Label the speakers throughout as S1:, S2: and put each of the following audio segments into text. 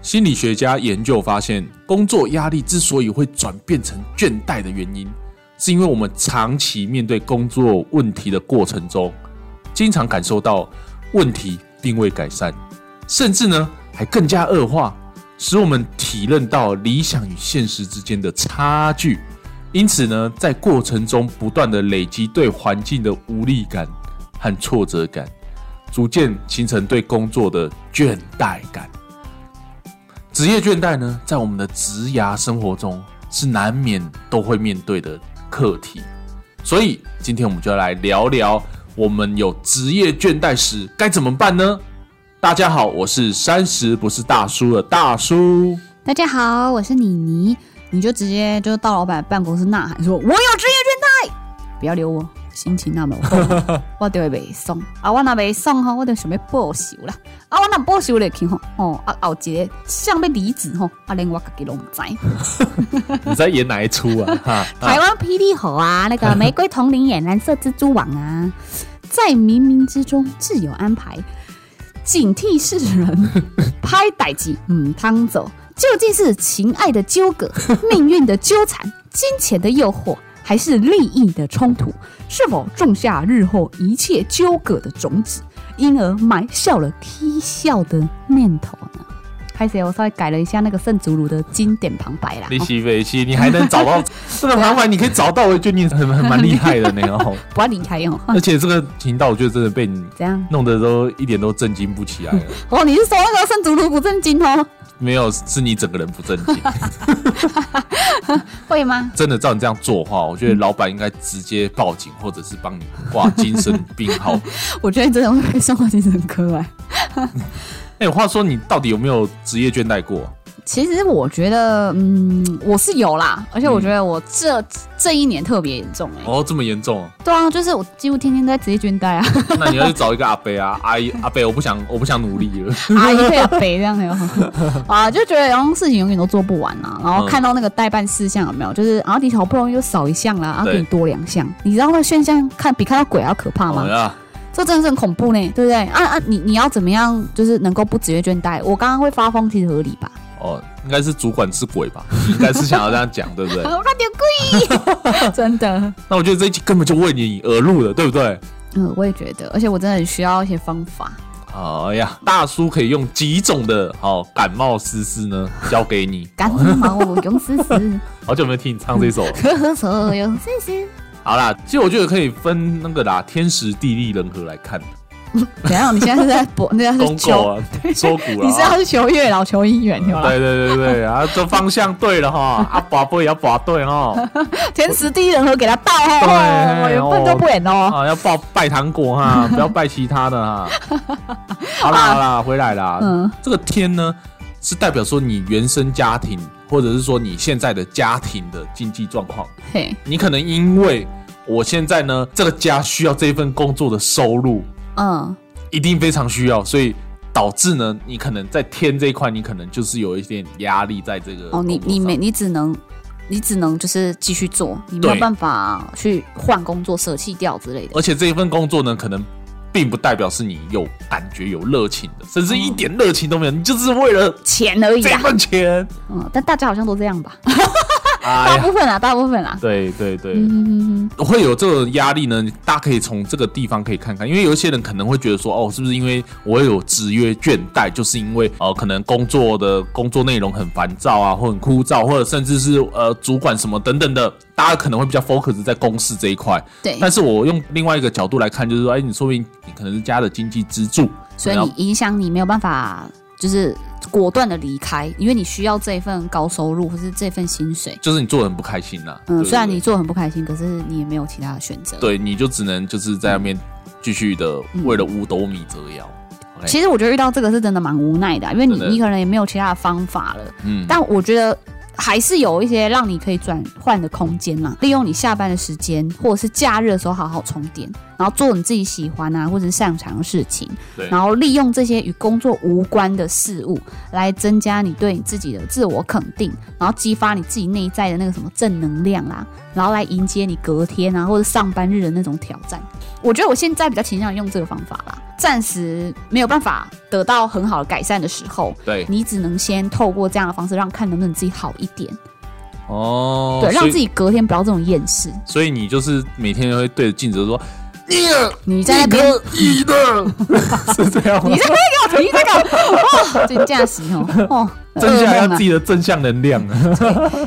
S1: 心理学家研究发现，工作压力之所以会转变成倦怠的原因，是因为我们长期面对工作问题的过程中，经常感受到问题并未改善，甚至呢还更加恶化，使我们体认到理想与现实之间的差距。因此呢，在过程中不断的累积对环境的无力感和挫折感，逐渐形成对工作的倦怠感。职业倦怠呢，在我们的职涯生活中是难免都会面对的课题。所以今天我们就来聊聊，我们有职业倦怠时该怎么办呢？大家好，我是三十不是大叔的大叔。
S2: 大家好，我是妮妮，你就直接就到老板办公室呐喊说：“我有职业倦怠！”不要留我，心情那么好，我就会袂爽啊！我若袂爽吼，我就想要报仇啦！啊，我若报仇落去吼，哦啊后一个想要离职吼，啊连我家己拢毋知。
S1: 你在演哪一出 啊？哈，
S2: 台湾霹雳猴啊，那 个玫瑰同林演蓝色蜘蛛网啊，在冥冥之中自有安排，警惕世人， 拍歹机，嗯，汤走，究竟是情爱的纠 葛、命运的纠缠、金钱的诱惑，还是利益的冲突，是否种下日后一切纠葛的种子，因而埋下了踢笑的念头呢？拍谁？我稍微改了一下那个圣祖鲁的经典旁白啦。哦
S1: 你西北西，你还能找到 这个盘玩，你可以找到，我觉得你很很蛮厉害的 呢哦。
S2: 不要离开哦。
S1: 而且这个频道，我觉得真的被你
S2: 怎样？
S1: 弄得都一点都震惊不起来了。
S2: 哦，你是说那个圣祖鲁不正经哦？
S1: 没有，是你整个人不正经。
S2: 会吗？
S1: 真的照你这样做的话，我觉得老板应该直接报警，或者是帮你挂精神病号。
S2: 我觉得你真的会被送到精神科哎。
S1: 哎、话说你到底有没有职业倦怠过？
S2: 其实我觉得，嗯，我是有啦，而且我觉得我这、这一年特别严重哎、
S1: 哦，这么严重、啊？
S2: 对啊，就是我几乎天天在职业倦怠 啊，
S1: 那你要去找一个阿伯啊， 阿姨阿伯，我不想，我不想努力了。
S2: 阿姨配合肥这样的 哦啊，就觉得然后事情永远都做不完啊，然
S1: 嗯
S2: 后看到那个代办事项有没有，就是然后你好不容易又少一项啦，然后
S1: 对
S2: 给你多两项，你知道那个现象看比看到鬼还要可怕
S1: 好
S2: 吗？
S1: 哦呀，
S2: 这真的是很恐怖呢，对不对？啊啊，你你要怎么样，就是能够不职业倦怠？我刚刚会发疯，其实合理吧？
S1: 哦，应该是主管是鬼吧？ 应该是想要这样讲，对不对？
S2: 我点 贵，真的，
S1: 那我觉得这一集根本就为你而录的，对不对？
S2: 嗯，我也觉得，而且我真的很需要一些方法。
S1: 哎呀，大叔可以用几种的好感冒思思呢？交给你。
S2: 感冒用试试，
S1: 好久没有听你唱这首了。
S2: 咳嗽用试试，
S1: 好啦，其实我觉得可以分那个啦，天时地利人和来看，
S2: 怎样？你现在是在播？你现在是
S1: 公狗
S2: 求？
S1: 啊，说股
S2: 你
S1: 啦
S2: 是。啊要去求月老、求姻缘，对吧？
S1: 对对对 对，啊，这方向对了哈，啊，拔不也要拔对 哈，
S2: 天时地利人和给他报哦，
S1: 对
S2: 我原本都不演哦。
S1: 啊，要拜拜糖果 哈，不要拜其他的哈。好啦好啦，回来啦，
S2: 嗯，
S1: 这个天呢，是代表说你原生家庭，或者是说你现在的家庭的经济状况。
S2: 嘿，
S1: 你可能因为我现在呢，这个家需要这份工作的收入，
S2: 嗯，
S1: 一定非常需要，所以导致呢，你可能在天这一块，你可能就是有一点压力在这个
S2: 哦，你
S1: 工作
S2: 你
S1: 上
S2: 没，你只能。你只能就是继续做，你没有
S1: 对
S2: 办法去换工作、舍弃掉之类的。
S1: 而且这一份工作呢，可能并不代表是你有感觉、有热情的，甚至一点热情都没有，你就是为了
S2: 钱而已
S1: 这
S2: 啦，
S1: 份 钱。
S2: 嗯，但大家好像都这样吧，
S1: 哎
S2: 大
S1: 呀，
S2: 部分啦，啊大部分啦。
S1: 对对对，
S2: 嗯哼哼哼，
S1: 会有这种压力呢，大家可以从这个地方可以看看，因为有一些人可能会觉得说，哦，是不是因为我有职业倦怠，就是因为呃，可能工作的工作内容很烦躁啊，或很枯燥，或者甚至是呃主管什么等等的，大家可能会比较 focus 在公司这一块。
S2: 对，
S1: 但是我用另外一个角度来看，就是说，哎，你说明你可能是家的经济支柱，
S2: 所以
S1: 可能
S2: 你影响你没有办法，就是果断的离开，因为你需要这份高收入或是这份薪水。
S1: 就是你做的很不开心啦、对
S2: 嗯，
S1: 不对
S2: 虽然你做得很不开心，可是你也没有其他的选择。，
S1: 对，你就只能就是在那边继续的
S2: 嗯
S1: 为了五斗米折腰。OK，
S2: 其实我觉得遇到这个是真的蛮无奈的啊、因为你
S1: 真的
S2: 你可能也没有其他的方法了。
S1: 嗯，
S2: 但我觉得还是有一些让你可以转换的空间啦，利用你下班的时间或者是假日的时候好好充电，然然后做你自己喜欢啊或者是擅长的事情
S1: 对，
S2: 然后利用这些与工作无关的事物来增加你对你自己的自我肯定，然后激发你自己内在的那个什么正能量啦、然后来迎接你隔天啊或者上班日的那种挑战。我觉得我现在比较倾向于用这个方法啦，暂时没有办法得到很好的改善的时候，
S1: 对，
S2: 你只能先透过这样的方式，让看能不能自己好一点，
S1: 哦，
S2: 对，让
S1: 所以
S2: 自己隔天不要这种厌世。
S1: 所以你就是每天都会对着镜子说：“你也
S2: 你在那边，
S1: 可以的。” 是这样吗
S2: 你？在那边给我停，你在干嘛？哇，这驾驶 哦，哦，
S1: 增
S2: 噩
S1: 加
S2: 梦
S1: 一下
S2: 啊
S1: 自己的正向能量啊！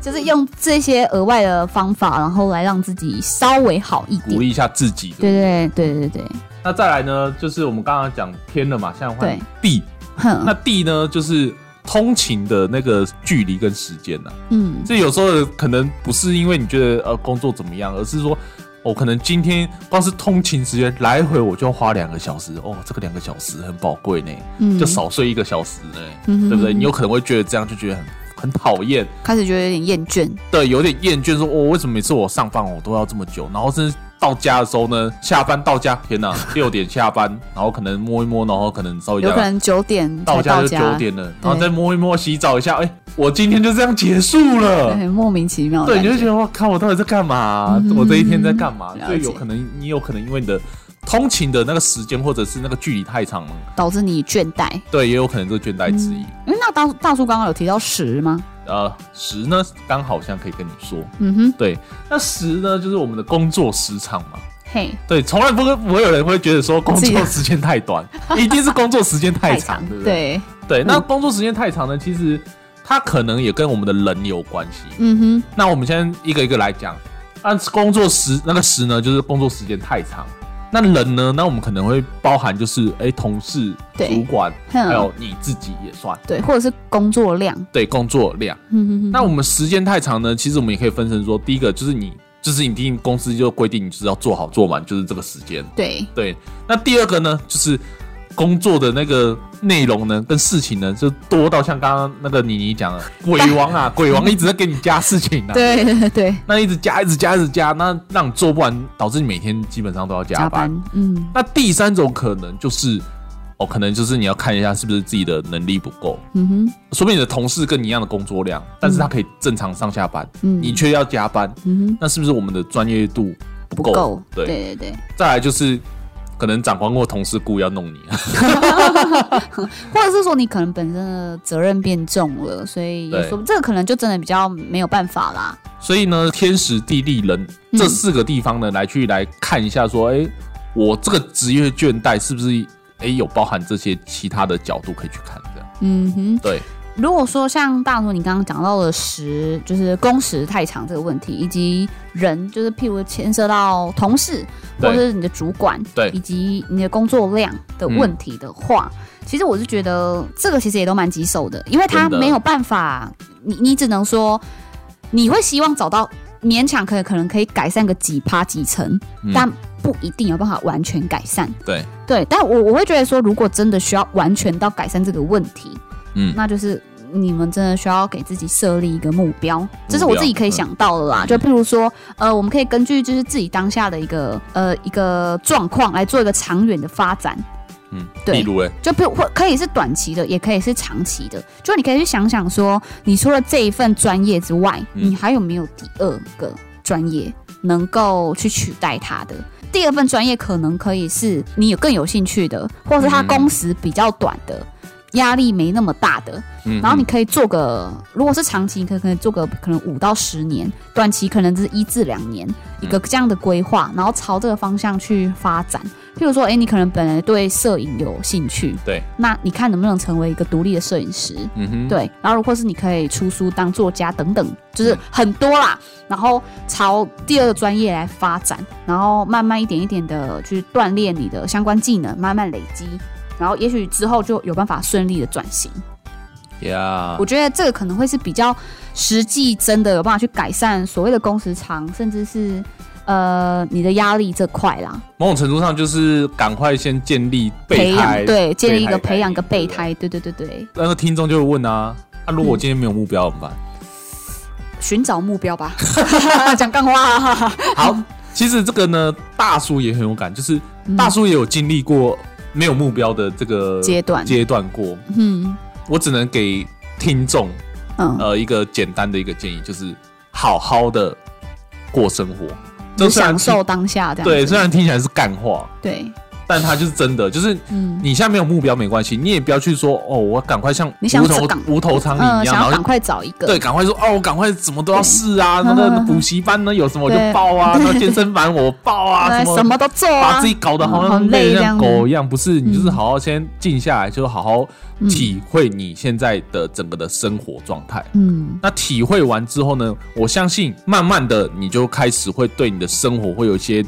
S2: 就是用这些额外的方法，然后来让自己稍微好一
S1: 鼓
S2: 点。
S1: 励一下自己。
S2: 对对对对对对，
S1: 那再来呢，就是我们刚刚讲天了嘛，现在换
S2: 对嗯
S1: 地。
S2: 哼，
S1: 那地呢，就是通勤的那个距离跟时间啊呐、
S2: 嗯，
S1: 这有时候可能不是因为你觉得呃工作怎么样，而是说。我、可能今天光是通勤时间来回我就要花两个小时哦，这个两个小时很宝贵呢，
S2: 嗯
S1: 就少睡一个小时呢，
S2: 嗯
S1: 对不对？
S2: 嗯嗯
S1: 你有可能会觉得这样就觉得很很讨厌，
S2: 开始觉得有点厌倦，
S1: 对，有点厌倦说，我、为什么每次我上班我都要这么久？然后甚至到家的时候呢，下班到家，天 哪，六点下班，然后可能摸一摸，然后可能稍微
S2: 有
S1: 这
S2: 可
S1: 样
S2: 能九点
S1: 到
S2: 才
S1: 家
S2: 到
S1: 就九
S2: 家，
S1: 点了，然后再摸一摸，洗澡一下，哎、我今天就这样结束了。
S2: 对，莫名其妙的
S1: 对，
S2: 感
S1: 你
S2: 觉。
S1: 就觉得我靠，我到底在干嘛？
S2: 嗯
S1: 我这一天在干嘛？
S2: 了
S1: 所以有
S2: 解
S1: 可能你有可能因为你的通勤的那个时间或者是那个距离太长了，
S2: 导致你倦怠。
S1: 对，也有可能这个倦怠之一。
S2: 因为那大大叔刚刚有提到十吗？
S1: 呃，十呢，刚好像可以跟你说，
S2: 嗯哼，
S1: 对，那十呢就是我们的工作时长嘛。
S2: 嘿，
S1: 对，从来不会不会有人会觉得说工作时间太短，一定是工作时间太 长，对不对？
S2: 对，
S1: 对，那
S2: 嗯
S1: 工作时间太长呢，其实它可能也跟我们的人有关系。
S2: 嗯
S1: 那我们先一个一个来讲，按工作时那个时呢，就是工作时间太长。那人呢？那我们可能会包含就是，哎、同事、
S2: 对
S1: 主管，
S2: 哼，还
S1: 还有你自己也算，
S2: 对，或者是工作量，
S1: 对工作量。
S2: 嗯哼哼，
S1: 那我们时间太长呢，其实我们也可以分成说，第一个就是你，就是一定公司就规定你就是要做好做满，就是这个时间。
S2: 对，
S1: 对，那第二个呢，就是工作的那个内容呢，跟事情呢，就多到像刚刚那个妮妮讲的，鬼王 啊，鬼王一直在给你加事情啊，，
S2: 对对对对，
S1: 那一直加，一直加，一直加，那让你做不完，导致你每天基本上都要加班。
S2: 加班，嗯
S1: 那第三种可能就是，哦，可能就是你要看一下是不是自己的能力不够，
S2: 嗯哼，
S1: 说不定你的同事跟你一样的工作量，但是他可以正常上下班，
S2: 嗯
S1: 你却要加班，
S2: 嗯哼，
S1: 那是不是我们的专业度不
S2: 不
S1: 够？
S2: 够，
S1: 对。
S2: 对对对，
S1: 再来就是，可能长官或同事故意要弄你，
S2: 或者是说你可能本身的责任变重了，所以
S1: 对
S2: 也说这个可能就真的比较没有办法啦。
S1: 所以呢，天时地利人
S2: 嗯
S1: 这四个地方呢，来去来看一下，说，哎、我这个职业倦怠是不是，哎、有包含这些其他的角度可以去看，这样
S2: 嗯哼，
S1: 对，
S2: 如果说像大叔你刚刚讲到的时，就是工时太长这个问题，以及人，就是譬如牵涉到同事
S1: 对
S2: 或者是你的主管，
S1: 对嗯
S2: 以及你的工作量的问题的话，其实我是觉得这个其实也都蛮棘手的，因为他
S1: 真的
S2: 没有办法，你你只能说你会希望找到勉强可以可能可以改善个几趴几成，
S1: 嗯
S2: 但不一定有办法完全改善。
S1: 对，
S2: 对，但我我会觉得说，如果真的需要完全到改善这个问题，
S1: 嗯
S2: 那就是你们真的需要给自己设立一个目标，这是我自己可以想到的啦。
S1: 嗯
S2: 就譬如说，呃，我们可以根据就是自己当下的一个呃一个状况来做一个长远的发展。
S1: 嗯，
S2: 对
S1: 例如、哎，
S2: 就譬如或可以是短期的，也可以是长期的。就你可以去想想说，你除了这一份专业之外，
S1: 嗯
S2: 你还有没有第二个专业能够去取代它的？第二份专业可能可以是你有更有兴趣的，或者是它
S1: 嗯
S2: 工时比较短的，压力没那么大的。
S1: 嗯，
S2: 然后你可以做个，如果是长期，你可以可能做个可能五到十年，短期可能就是一至两年一个这样的规划，然后朝这个方向去发展。譬如说，哎，你可能本来对摄影有兴趣，
S1: 对，
S2: 那你看能不能成为一个独立的摄影师？
S1: 嗯哼，
S2: 对，然后或是你可以出书当作家等等，就是
S1: 嗯
S2: 很多啦。然后朝第二个专业来发展，然后慢慢一点一点的去锻炼你的相关技能，慢慢累积，然后也许之后就有办法顺利的转型。
S1: 呀
S2: 我，觉得这个可能会是比较实际，真的有办法去改善所谓的工时长，甚至是呃你的压力这块啦，
S1: 某种程度上就是赶快先建立备
S2: 培
S1: 胎，
S2: 养对，建立一
S1: 备胎
S2: 个
S1: 概
S2: 培养个
S1: 念
S2: 备，胎，对对对对，
S1: 那个听众就会问啊，那、如果我
S2: 嗯
S1: 今天没有目 标怎么办？
S2: 寻找目标吧，讲干话，
S1: 好，其实这个呢，大叔也很有感，就是
S2: 嗯
S1: 大叔也有经历过没有目标的这个
S2: 阶段
S1: 阶段过。
S2: 嗯
S1: 我只能给听众
S2: 嗯，
S1: 呃一个简单的一个建议，就是好好的过生活。
S2: 就
S1: 虽然
S2: 享受
S1: 听
S2: 当下这样子。
S1: 对，虽然听起来是干话，
S2: 对，
S1: 但它就是真的，就是
S2: 嗯
S1: 你现在没有目标没关系，你也不要去说哦，我赶快像
S2: 你想
S1: 无头
S2: 吃港
S1: 无头苍蝇
S2: 嗯，
S1: 一样，
S2: 想
S1: 然
S2: 要赶
S1: 后
S2: 快找一个。
S1: 对，赶快说哦，我赶快怎么都要试啊，
S2: 对
S1: 那个
S2: 嗯
S1: 补习班呢有什么我就
S2: 对
S1: 报啊，然后健身房我报啊，
S2: 对，
S1: 什
S2: 什
S1: 么
S2: 么都做
S1: 把
S2: 啊
S1: 自。己搞得好
S2: 嗯好
S1: 像
S2: 累
S1: 累
S2: 这
S1: 像
S2: 样
S1: 狗一样，不是你就是
S2: 嗯
S1: 好好先静下来，就好好
S2: 嗯
S1: 体会你现在的整个的生活状态。
S2: 嗯，
S1: 那体会完之后呢，我相信慢慢的你就开始会对你的生活会有一些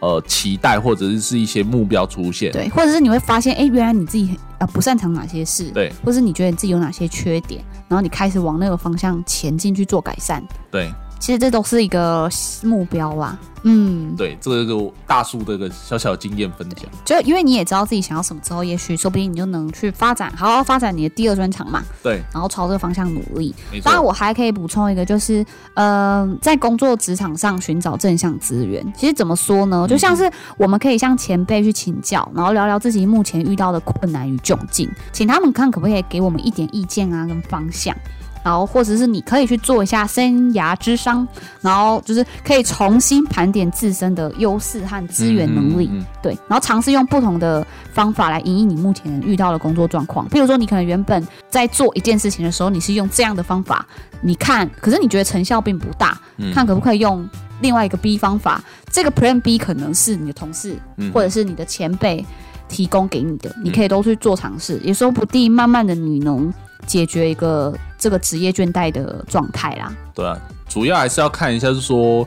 S1: 呃期待，或者是是一些目标出现。
S2: 对，或者是你会发现，哎，原来你自己很啊不擅长哪些事，
S1: 对
S2: 或是你觉得你自己有哪些缺点，然后你开始往那个方向前进去做改善。
S1: 对
S2: 其实这都是一个目标啦。嗯，
S1: 对，这个就大叔这个小小的经验分享。
S2: 就因为你也知道自己想要什么之后，也许说不定你就能去发展，好好发展你的第二专长嘛，
S1: 对，
S2: 然后朝这个方向努力。
S1: 没
S2: 当然，
S1: 错，
S2: 我还可以补充一个，就是呃，在工作职场上寻找正向资源。其实怎么说
S1: 嗯
S2: 呢，就像是我们可以向前辈去请教，然后聊聊自己目前遇到的困难与窘境，请他们看可不可以给我们一点意见啊，跟方向。然后，或者是你可以去做一下生涯之商，然后就是可以重新盘点自身的优势和资源能力。
S1: 嗯嗯嗯
S2: 对，然后尝试用不同的方法来引应你目前遇到的工作状况。譬如说，你可能原本在做一件事情的时候，你是用这样的方法，你看，可是你觉得成效并不大，
S1: 嗯
S2: 看可不可以用另外一个 B 方法。这个 Plan B 可能是你的同事
S1: 嗯
S2: 或者是你的前辈提供给你的，你可以都去做尝试，也说不定慢慢的你能解决一个这个职业倦怠的状态啦。
S1: 对啊，主要还是要看一下，是说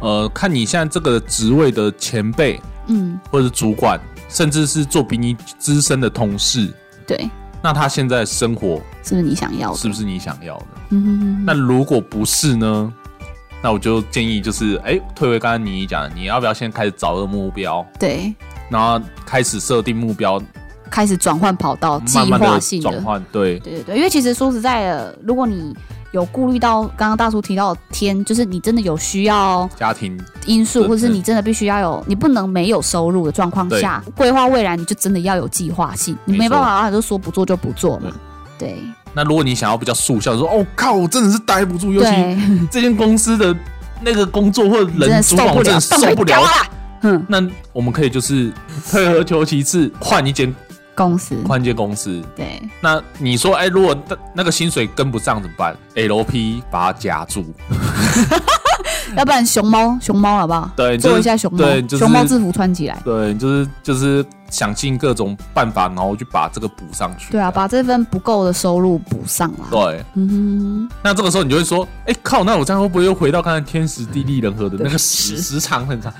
S1: 呃，看你现在这个职位的前辈
S2: 嗯，
S1: 或者是主管，甚至是做比你资深的同事，
S2: 对，
S1: 那他现在的生活
S2: 是不是你想要的？
S1: 是不是你想要的？
S2: 嗯哼哼哼
S1: 那如果不是呢？那我就建议就是，哎、退回刚刚你讲的，你要不要先开始找个目标，
S2: 对，
S1: 然后开始设定目标，
S2: 开始转换跑道，计
S1: 慢慢
S2: 划
S1: 的
S2: 性
S1: 转换，对，
S2: 对对对，因为其实说实在的，如果你有顾虑到刚刚大叔提到的天，就是你真的有需要
S1: 家庭，
S2: 因素，
S1: 对
S2: 或是你真的必须要有，你不能没有收入的状况下规划未来，你就真的要有计划性，你
S1: 没
S2: 没
S1: 错嗯
S2: 办法啊，就说不做就不做嘛。对
S1: 那如果你想要比较速效，说哦靠，我真的是待不住，尤其
S2: 对，
S1: 这间公司的那个工作或者
S2: 真
S1: 人
S2: 的
S1: 主
S2: 受
S1: 管，
S2: 不
S1: 我真的
S2: 了，
S1: 受不
S2: 放
S1: 了
S2: 回。家啦。嗯，
S1: 那我们可以就是退而求其次，换一间
S2: 公司
S1: 换一间公司。
S2: 对
S1: 那你说，哎、如果那那个薪水跟不上怎么办？LP 把它夹住，
S2: 要不然熊猫熊猫好不好？
S1: 对就是
S2: 做一下熊猫
S1: 对，就是
S2: 熊猫制服穿起来。
S1: 对，就是就是想尽各种办法，然后去把这个补上去。
S2: 对啊，把这份不够的收入补上啦。
S1: 对，
S2: 嗯
S1: 那这个时候你就会说，哎、靠，那我这样会不会又回到刚才天时地利人和的那个
S2: 对
S1: 时时长很长？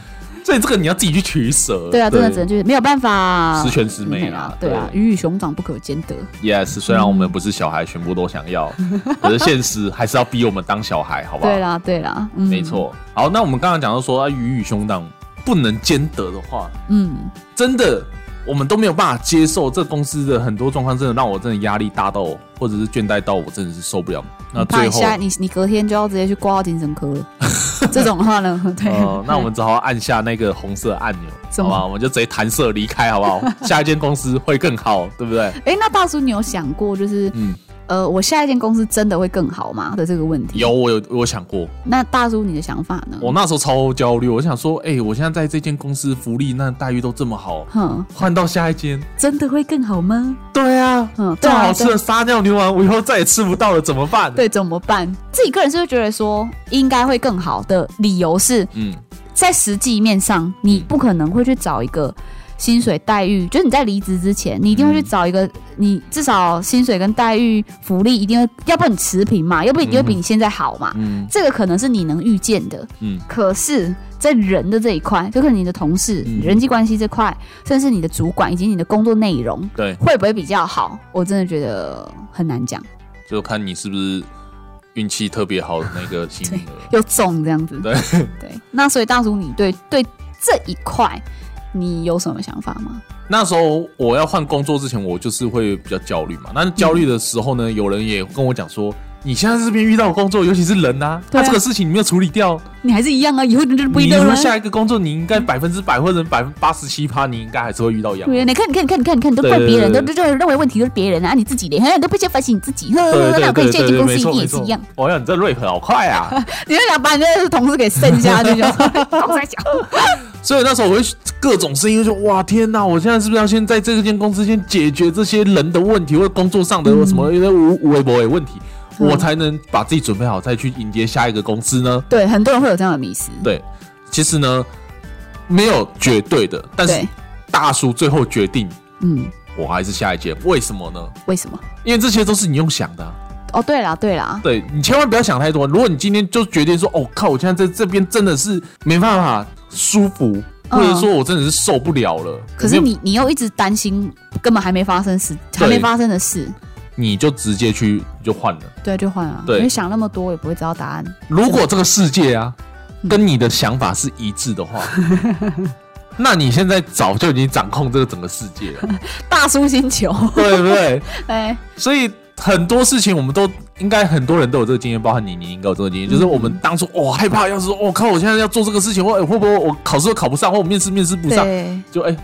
S1: 所以这个你要自己去取舍。
S2: 哼，对啊，真的只能就是没有办法，
S1: 十全十美啦。
S2: 对啊，鱼与熊掌不可兼得。
S1: ，yes，虽然我们不是小孩，全部都想 要，可是现实还是要逼我们当小孩，好不好
S2: 对？啦，对啦，嗯，
S1: 没，错。好，那我们刚刚讲到说，啊，鱼与熊掌不能兼得的话，
S2: 嗯，
S1: 真的我们都没有办法接受这公司的很多状况，真的让我真的压力大到，或者是倦怠到我真的是受不了。那
S2: 怕
S1: 最
S2: 你
S1: 后，
S2: 下你你隔天就要直接去挂到精神科 了，这种的话呢，对，
S1: 呃，那我们只好按下那个红色按钮，
S2: 怎
S1: 好
S2: 么
S1: 吧？我们就直接弹射离开，好不 好？下一间公司会更好，对不对？
S2: 哎，那大叔，你有想过就是，
S1: 嗯
S2: 呃，我下一间公司真的会更好吗的这个问题？
S1: 有，。我有，我有想过，
S2: 那大叔，你的想法呢？
S1: 我那时候超焦虑，我想说，哎、我现在在这间公司福利那待遇都这么好，
S2: 哼，
S1: 换到下一间，
S2: 真的会更好吗？
S1: 对啊，
S2: 嗯，
S1: 这
S2: 对
S1: 么
S2: 啊
S1: 好吃的撒尿牛丸，我以后再也吃不到了，怎么办？，
S2: 对，怎么办？自己个人是会觉得说应该会更好的理由是，
S1: 嗯，
S2: 在实际面上，你
S1: 嗯
S2: 不可能会去找一个薪水待遇，就是你在离职之前，你一定会去找一个，
S1: 嗯
S2: 你至少薪水跟待遇、福利一定会，要不然你持平嘛，要不然你就会比你现在好嘛。
S1: 嗯
S2: 这个可能是你能预见的，
S1: 嗯
S2: 可是，在人的这一块，就可能你的同事、
S1: 嗯
S2: 人际关系这块，甚至你的主管以及你的工作内容，
S1: 对，
S2: 会不会比较好？我真的觉得很难讲，
S1: 就看你是不是运气特别好的那个幸运儿。
S2: 又重这样子。
S1: 对
S2: 对，那所以大叔，你对对这一块，你有什么想法吗？
S1: 那时候我要换工作之前，我就是会比较焦虑嘛。那焦虑的时候呢，有人也跟我讲说：“你现在这边遇到的工作，尤其是人啊，
S2: 对
S1: 他
S2: 啊
S1: 这个事情你没有处理掉，
S2: 你还是一样啊，以后你就不一
S1: 你
S2: 样
S1: 如
S2: 了
S1: 果。下一个工作，你应该百分之百或者百分之八十七趴，你应该还是会遇到一样。
S2: 对，你看，你看，你看，你看，你看，你都
S1: 对
S2: 怪别人，
S1: 对
S2: 都
S1: 对
S2: 都都认为问题都是别人啊，你自己的，你都不先反省你自己。呵
S1: 对
S2: 呵呵，那
S1: 对
S2: 我可
S1: 对
S2: 以进
S1: 对
S2: 进
S1: 对，
S2: 公
S1: 没
S2: 司
S1: 错
S2: 也
S1: 没
S2: 是
S1: 错
S2: 一样，。
S1: 我哦想你这 rap 好快啊！
S2: 你就想把你的同事给剩下，就想同事在讲，
S1: 所以那时候我会各种声音，就说哇天哪，我现在是不是要先在这间公司先解决这些人的问题，或者工作上的什么因为无无微不微问题，
S2: 嗯
S1: 我才能把自己准备好，再去迎接下一个公司呢？
S2: 对，很多人会有这样的迷思。
S1: 对，其实呢，没有绝对的，但是
S2: 对，
S1: 大叔最后决定，
S2: 嗯，
S1: 我还是下一届，为什么呢？
S2: 为什么？
S1: 因为这些都是你用想的啊、
S2: 哦，对啦，对啦，
S1: 对你千万不要想太多。如果你今天就决定说，哦靠，我现在在这边真的是没办法舒服，
S2: 嗯
S1: 或者说我真的是受不了了，
S2: 可
S1: 没
S2: 是
S1: 有
S2: 你你又一直担心根本还没发生事，还
S1: 对
S2: 没发生的事，
S1: 你就直接去就换了。
S2: 对，就换了。
S1: 对
S2: 因为想那么多，也不会知道答案。
S1: 如果这个世界啊
S2: 嗯
S1: 跟你的想法是一致的 话，那你现在早就已经掌控这个整个世界了，
S2: 大叔 星球，
S1: 对不对？
S2: 哎，
S1: 所以很多事情我们都应该很多人都有这个经验，包含你，你应该有这个
S2: 嗯
S1: 经验，就是我们当初哦、害怕，要是说我、哦靠，我现在要做这个事情，我、哎会不会我考试都考不上，或我面试面试不上，
S2: 对
S1: 就哎、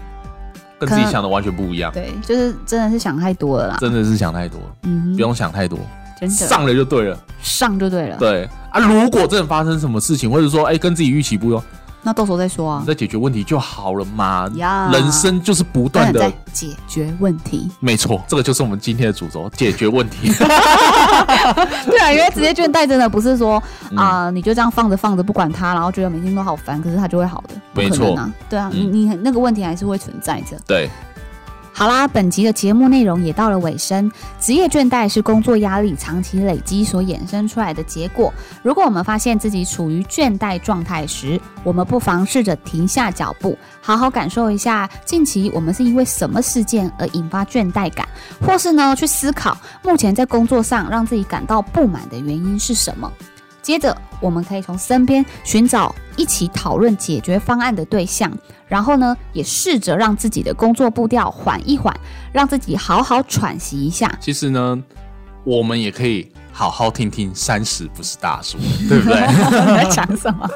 S1: 跟自己想的完全不一样，
S2: 对，就是真的是想太多了啦。
S1: 真的是想太多，
S2: 嗯
S1: 不，用想太多，
S2: 真的嗯
S1: 上了就对了。
S2: 上就对了。
S1: 对啊，如果真的发生什么事情，或者说哎、跟自己预期不一样，
S2: 那到时候再说啊
S1: 你。再解决问题就好了嘛。
S2: 呀
S1: 人生就是不
S2: 当
S1: 断
S2: 然在
S1: 的，
S2: 解决问题。
S1: 没错，这个就是我们今天的主轴，解决问 题。
S2: 对啊，因为职业倦怠真的不是说
S1: 嗯
S2: 啊、你就这样放着放着不管它，然后觉得每天都好烦，可是它就会好的，不可能啊。对啊，你
S1: 嗯
S2: 你那个问题还是会存在着。
S1: 对，
S2: 好啦，本集的节目内容也到了尾声。职业倦怠是工作压力长期累积所衍生出来的结果。如果我们发现自己处于倦怠状态时，我们不妨试着停下脚步，好好感受一下近期我们是因为什么事件而引发倦怠感，或是呢去思考目前在工作上让自己感到不满的原因是什么。接着，我们可以从身边寻找一起讨论解决方案的对象，然后呢，也试着让自己的工作步调缓一缓，让自己好好喘息一下。
S1: 其实呢，我们也可以好好听听三十不是大叔，对不对？
S2: 你在讲什么？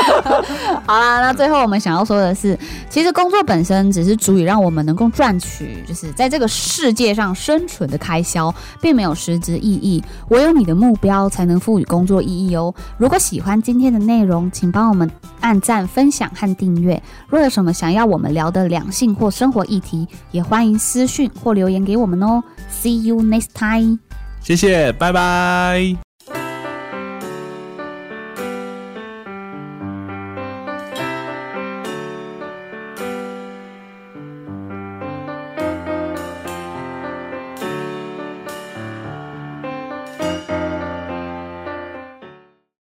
S2: 好啦，那最后我们想要说的是，其实工作本身只是足以让我们能够赚取，就是在这个世界上生存的开销，并没有实质意义。唯有你的目标才能赋予工作意义哦。如果喜欢今天的内容，请帮我们按赞、分享和订阅。若有什么想要我们聊的两性或生活议题，也欢迎私讯或留言给我们哦。See you next time.
S1: 谢谢，拜拜。